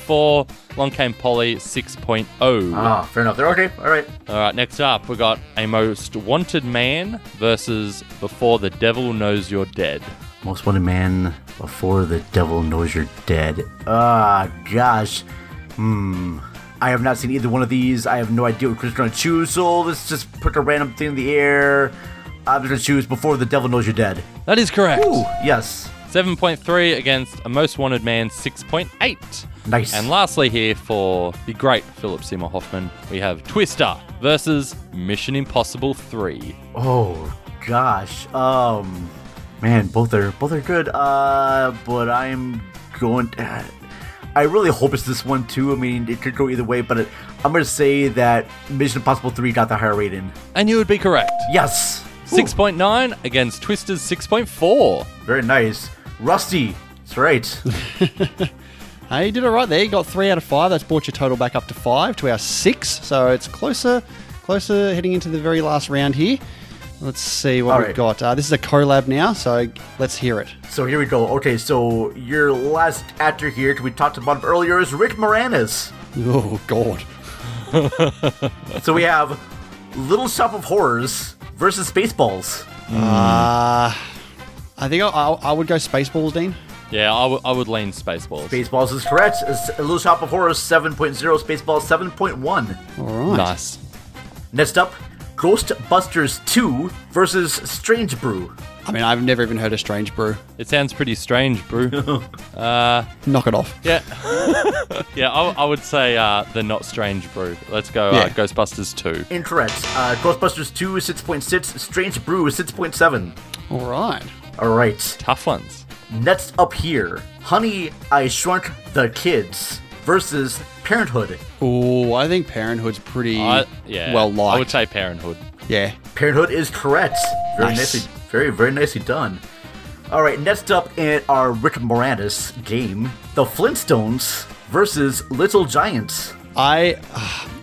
6.4, Long Came Polly 6.0. Ah, fair enough. They're okay. All right. oh. All right, next up, we got A Most Wanted Man versus Before the Devil Knows You're Dead. Most wanted man before the devil knows you're dead. Ah, gosh. Hmm. I have not seen either one of these. I have no idea what Chris is gonna choose, so let's just put a random thing in the air. I'm just gonna choose before the devil knows you're dead. That is correct. Ooh, yes. 7.3 against A Most Wanted Man 6.8. Nice. And lastly, here for the great Philip Seymour Hoffman, we have Twister versus Mission Impossible 3. Oh gosh. Um man, both are both are good. Uh but I'm going to I really hope it's this one too. I mean, it could go either way, but it, I'm going to say that Mission Impossible 3 got the higher rating. And you would be correct. Yes. Ooh, 6.9 against Twister's 6.4. very nice. Rusty. That's right. Hey, you did all right there. You got three out of five. That's brought your total back up to five to our six. So it's closer, closer heading into the very last round here. Let's see what All we've right. got. Uh, this is a collab now, so let's hear it. so here we go. Okay, so your last actor here, 'cause we talked about him earlier, is Rick Moranis. Oh God! So we have Little Shop of Horrors versus Spaceballs. I think I, I, I would go Spaceballs, Dean. Yeah, I, w- I would lean Spaceballs. Spaceballs is correct. It's a Little Shop of Horrors 7.0, Spaceballs 7.1. All right. Nice. Next up, Ghostbusters 2 versus Strange Brew. I mean, I've never even heard of Strange Brew. It sounds pretty strange, Brew. Knock it off. yeah. yeah, I, I would say uh, the not strange Brew. Let's go uh, Yeah. Ghostbusters 2. Incorrect. Uh, Ghostbusters 2 is 6.6, Strange Brew is 6.7. All right. All right. Tough ones. Next up here, Honey, I Shrunk the Kids versus Parenthood. Oh, I think Parenthood's pretty I, yeah. well liked. I would say Parenthood. yeah. Parenthood is correct. Very Nice. nicely, very very nicely done. All right, next up in our Rick Moranis game, the Flintstones versus Little Giants. I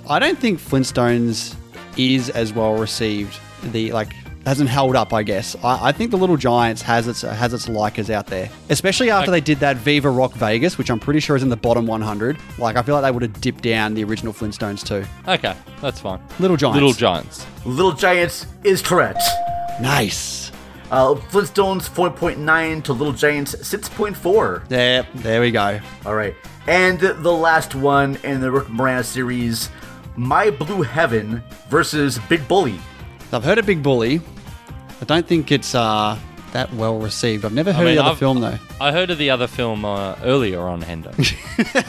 I don't think Flintstones is as well received. The like hasn't held up, I guess. I, I think the Little Giants has its has its likers out there, especially after they did that Viva Rock Vegas, which I'm pretty sure is in the bottom 100. Like I feel like they would have dipped down the original Flintstones too. Okay, that's fine. Little Giants. Little Giants. Little Giants is correct. Nice. Uh, Flintstones 4.9 to Little Giants 6.4. There, there we go. All right, and the last one in the Rick Moranis series, My Blue Heaven versus Big Bully. I've heard of Big Bully. I don't think it's uh, that well received. I've never heard mean, of the other I've- film though. I heard of the other film uh, earlier on Hendo.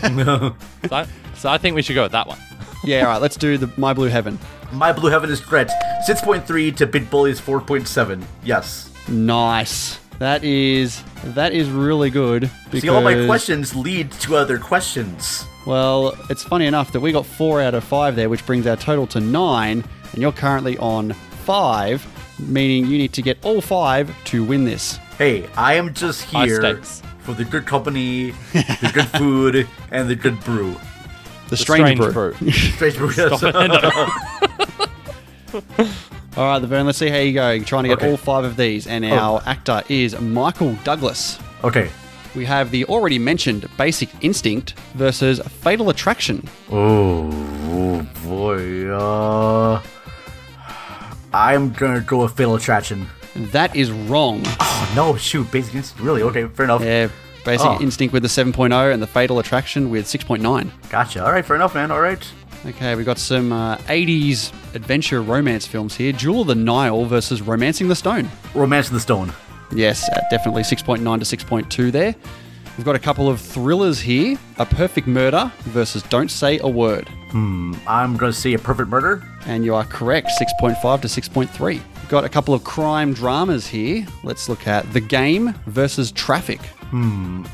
no. So, so I think we should go with that one. Yeah, all right. Let's do the My Blue Heaven. My Blue Heaven is correct. 6.3 to Big Bully's 4.7. Yes. Nice. That is that is really good. Because, See, all my questions lead to other questions. Well, it's funny enough that we got four out of five there, which brings our total to nine, and you're currently on five, meaning you need to get all five to win this. Hey, I am just High here stakes. for the good company, the good food, and the good brew. The, strange, brew. Strange brew. yes. All right, the Vern. Let's see how you go. You're trying to get Okay. all five of these, and our actor is Michael Douglas. okay. We have the already mentioned Basic Instinct versus Fatal Attraction. Oh, boy. Uh, I'm gonna go with Fatal Attraction. That is wrong. Oh, no, shoot, basic instinct. Really? Okay, fair enough. Yeah, Basic Oh. Instinct with the 7.0 and the Fatal Attraction with 6.9. Gotcha. All right, fair enough, man. All right. Okay, we got some uh, 80s adventure romance films here. Jewel of the Nile versus Romancing the Stone. Romance of the Stone. Yes, uh, definitely 6.9 to 6.2 there. We've got a couple of thrillers here. A Perfect Murder versus Don't Say a Word. I'm going to say a perfect murder. And you are correct, 6.5 to 6.3. We've got a couple of crime dramas here. Let's look at The Game versus Traffic.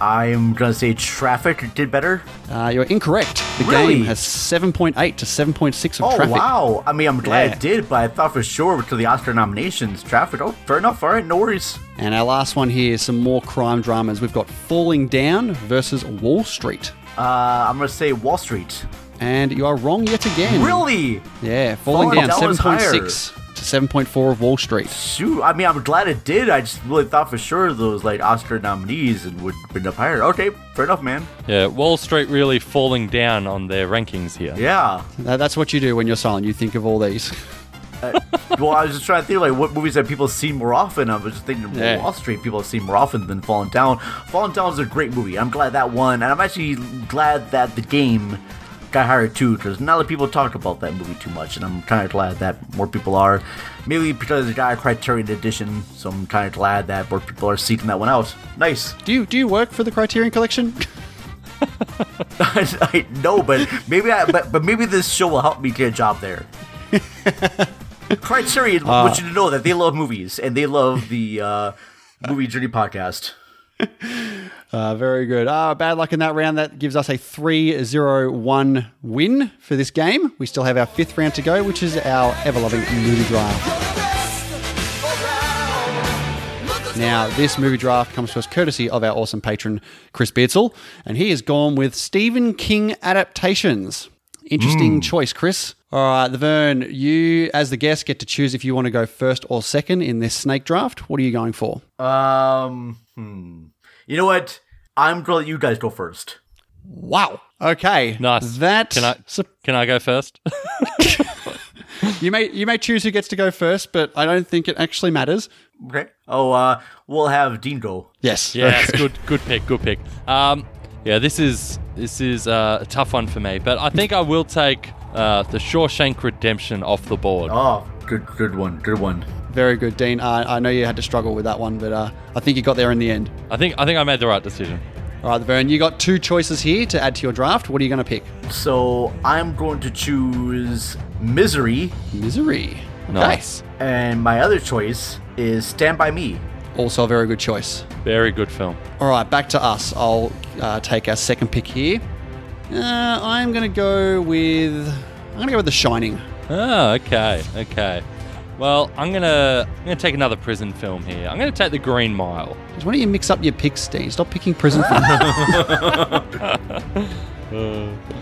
I'm going to say traffic did better. Uh, you're incorrect. The Really? Game has 7.8 to 7.6 of Oh, Traffic. wow. I mean, I'm glad Yeah. it did, but I thought for sure to the Oscar nominations, traffic. Oh, fair enough. All right, no worries. And our last one here is some more crime dramas. We've got Falling Down versus Wall Street. Uh, I'm going to say Wall Street. And you are wrong yet again. Really? Yeah, Falling, Falling Down, Down was 7.6 to 7.4 of Wall Street. Shoot. I mean, I'm glad it did. I just really thought for sure those like Oscar nominees and would been up higher. Okay, fair enough, man. Yeah, Wall Street really falling down on their rankings here. Yeah. That- That's what you do when you're silent. You think of all these. well, I was just trying to think like what movies have people seen more often. I was just thinking Yeah. Wall Street people have seen more often than Fallen Down. Fallen Down is a great movie. I'm glad that won, and I'm actually glad that the game got higher too, because not a lot of people talk about that movie too much, and I'm kind of glad that more people are. Maybe because it got a Criterion edition, so I'm kind of glad that more people are seeking that one out. Nice. Do you do you work for the Criterion Collection? I know, but maybe I, but, but maybe this show will help me get a job there. Criterion wants you to know that they love movies and they love the uh, movie journey podcast. Uh, very good. Ah, bad luck in that round. That gives us a 3-0-1 win for this game. We still have our fifth round to go, which is our ever-loving movie draft. Now, this movie draft comes to us courtesy of our awesome patron, Chris Beardsall, and he has gone with Stephen King adaptations. Interesting choice, Chris. All right, Laverne, you, as the guest, get to choose if you want to go first or second in this snake draft. What are you going for? Um, hmm. you know what? I'm gonna let you guys go first. Wow. Okay. Nice. That Can I- sup- Can I go first? you may you may choose who gets to go first, but I don't think it actually matters. Okay. Oh, uh, we'll have Dean go. Yes. Yeah, that's good. Good pick. Good pick. Um, yeah, this is this is uh, a tough one for me, but I think I will take uh, the Shawshank Redemption off the board. Oh, good, good one, good one. Very good, Dean. Uh, I know you had to struggle with that one, but uh, I think you got there in the end. I think I think I made the right decision. All right, Vern, you got two choices here to add to your draft. What are you going to pick? So I'm going to choose Misery, Misery. Okay. Nice. and my other choice is Stand by Me. Also a very good choice. Very good film. All right, back to us. I'll uh, take our second pick here. Uh, I'm going to go with I'm going to go with The Shining. Oh, okay, okay. Well, I'm gonna I'm gonna take another prison film here. I'm gonna take The Green Mile. Why don't you mix up your picks, Dean? Stop picking prison films.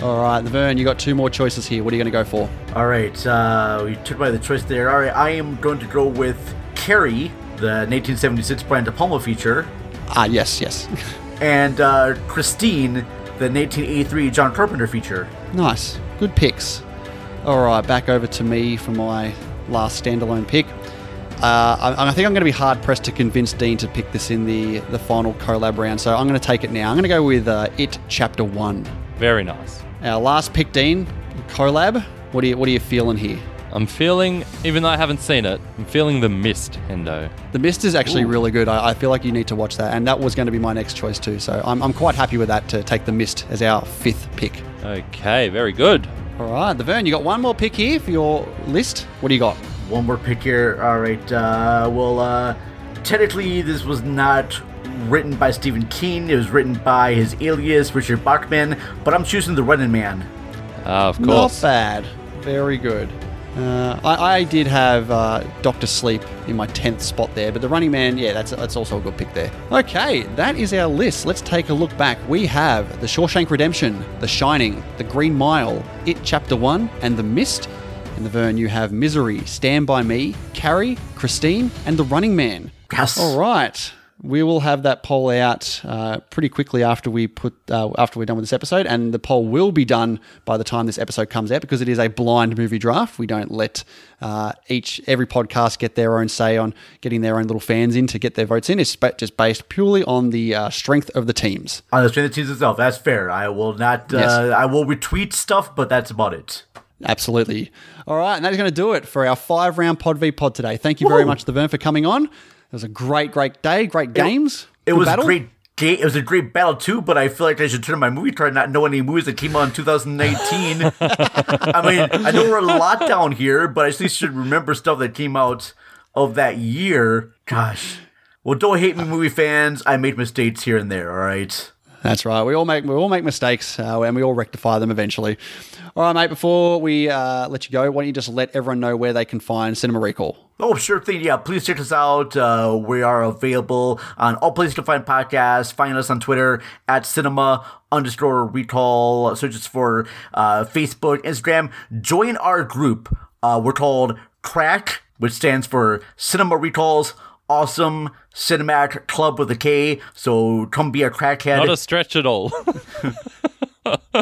All right, Vern, you got two more choices here. What are you going to go for? All right, uh, we took by the choice there. All right, I am going to go with Carrie, the 1976 Brian De Palma feature, Ah, yes, yes. and uh, Christine, the 1983 John Carpenter feature. nice. Good picks. All right, back over to me for my last standalone pick. Uh, I, I think I'm going to be hard pressed to convince Dean to pick this in the, the final collab round, so I'm going to take it now. I'm going to go with uh, It Chapter 1. Very nice. Our last pick, Dean, collab. What are you, what are you feeling here? I'm feeling, even though I haven't seen it, I'm feeling The Mist, Hendo. The Mist is actually really good. I, I feel like you need to watch that. And that was going to be my next choice, too. So I'm, I'm quite happy with that to take The Mist as our fifth pick. Okay, very good. All right, The Vern, you got one more pick here for your list. What do you got? One more pick here. All right, uh, well, uh, technically, this was not written by Stephen King. It was written by his alias, Richard Bachman, but I'm choosing The Running Man. Ah, of course. Not bad. Very good. Uh, I, I did have uh, Doctor Sleep in my tenth spot there, but the Running Man, yeah, that's that's also a good pick there. Okay, that is our list. Let's take a look back. We have The Shawshank Redemption, The Shining, The Green Mile, It Chapter One, and The Mist. In the Vern, you have Misery, Stand by Me, Carrie, Christine, and The Running Man. Yes. All right. We will have that poll out uh, pretty quickly after we put uh, after we're done with this episode, and the poll will be done by the time this episode comes out because it is a blind movie draft. We don't let uh, each every podcast get their own say on getting their own little fans in to get their votes in. It's ba- just based purely on the uh, strength of the teams. On the Stranger Things itself, that's fair. I will not. Uh, Yes. I will retweet stuff, but that's about it. Absolutely. All right, and that is going to do it for our five round Pod v Pod today. Thank you very much, The Vern, for coming on. It was a great, great day, great games. It Good was battle. a great. Ga- it was a great battle too, but I feel like I should turn my movie card. Not know any movies that came out in 2019. I mean, I know we're in lockdown here, but I at least should remember stuff that came out of that year. Gosh. Well, don't hate me, movie fans. I made mistakes here and there. All right. That's right. We all make we all make mistakes, uh, and we all rectify them eventually. All right, mate. Before we uh, let you go, why don't you just let everyone know where they can find Cinema Recall? Oh, sure thing. Yeah, please check us out. Uh, we are available on all places you can find podcasts. Find us on Twitter at cinema underscore recall. Search us for uh, Facebook, Instagram. Join our group. Uh, we're called CRACK, which stands for Cinema Recalls Awesome Cinematic Club with a K. So come be a crackhead. Not a stretch at all.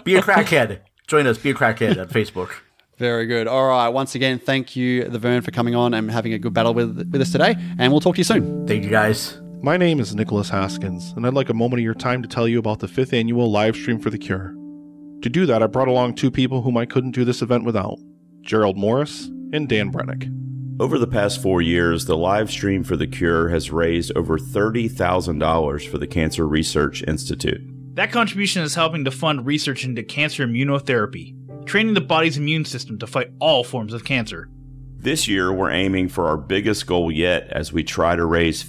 be a crackhead. Join us. Be a crackhead on Facebook. Very good. All right. Once again, thank you, the Vern, for coming on and having a good battle with with us today. And we'll talk to you soon. Thank you guys. My name is Nicholas Hoskins, and I'd like a moment of your time to tell you about the fifth annual live stream for the cure. To do that, I brought along two people whom I couldn't do this event without Gerald Morris and Dan Brennick. Over the past four years, the live stream for the cure has raised over $30,000 for the Cancer Research Institute. That contribution is helping to fund research into cancer immunotherapy, training the body's immune system to fight all forms of cancer. This year, we're aiming for our biggest goal yet as we try to raise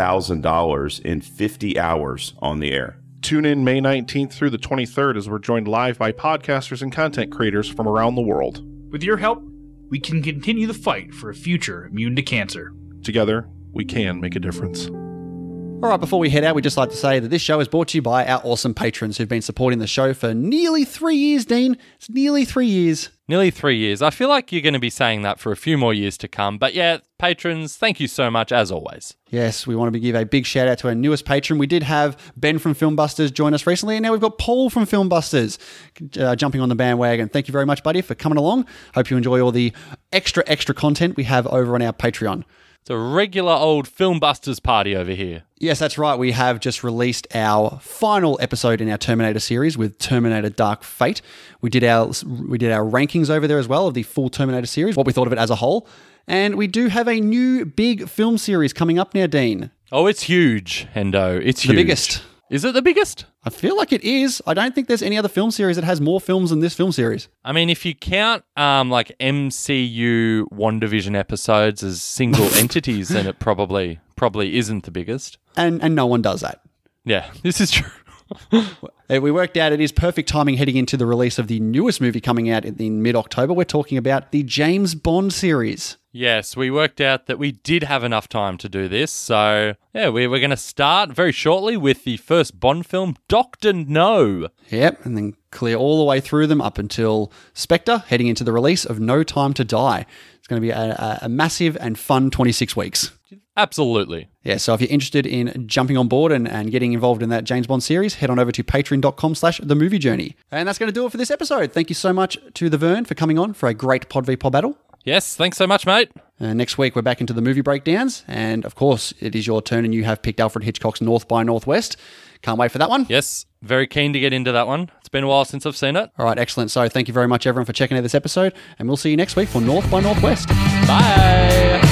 $15,000 in 50 hours on the air. Tune in May 19th through the 23rd as we're joined live by podcasters and content creators from around the world. With your help, we can continue the fight for a future immune to cancer. Together, we can make a difference. All right, before we head out, we'd just like to say that this show is brought to you by our awesome patrons who've been supporting the show for nearly three years, Dean. It's nearly three years. Nearly three years. I feel like you're going to be saying that for a few more years to come. But yeah, patrons, thank you so much as always. Yes, we want to give a big shout out to our newest patron. We did have Ben from Filmbusters join us recently, and now we've got Paul from Filmbusters uh, jumping on the bandwagon. Thank you very much, buddy, for coming along. Hope you enjoy all the extra, extra content we have over on our Patreon. It's a regular old Filmbusters party over here. Yes, that's right. We have just released our final episode in our Terminator series with Terminator Dark Fate. We did our we did our rankings over there as well of the full Terminator series, what we thought of it as a whole. And we do have a new big film series coming up now, Dean. Oh, it's huge, Hendo. It's The biggest. Is it the biggest? I feel like it is. I don't think there's any other film series that has more films than this film series. I mean, if you count um, like MCU WandaVision episodes as single entities, then it probably probably isn't the biggest. And and no one does that. Yeah, this is true. Uh, We worked out it is perfect timing heading into the release of the newest movie coming out in, in mid October. We're talking about the James Bond series. Yes, we worked out that we did have enough time to do this. So, yeah, we, we're going to start very shortly with the first Bond film, Doctor No. Yep, and then clear all the way through them up until Spectre, heading into the release of No Time to Die. It's going to be a, a- a massive and fun 26 weeks. Absolutely. Yeah, so if you're interested in jumping on board and, and getting involved in that James Bond series, head on over to patreon.com slash the movie journey. And that's going to do it for this episode. Thank you so much to The Vern for coming on for a great Pod v Pod battle. Yes, thanks so much, mate. Uh, next week, we're back into the movie breakdowns. And of course, it is your turn, and you have picked Alfred Hitchcock's North by Northwest. Can't wait for that one. Yes, very keen to get into that one. It's been a while since I've seen it. All right, excellent. So thank you very much, everyone, for checking out this episode. And we'll see you next week for North by Northwest. Bye.